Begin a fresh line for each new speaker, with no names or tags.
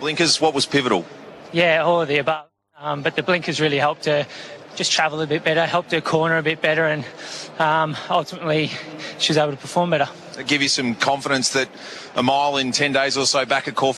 blinkers, what was pivotal?
Yeah, all of the above. Um, but the blinkers really helped her just travel a bit better, helped her corner a bit better, and um, ultimately she was able to perform better.
Give you some confidence that a mile in 10 days or so back at Corfu.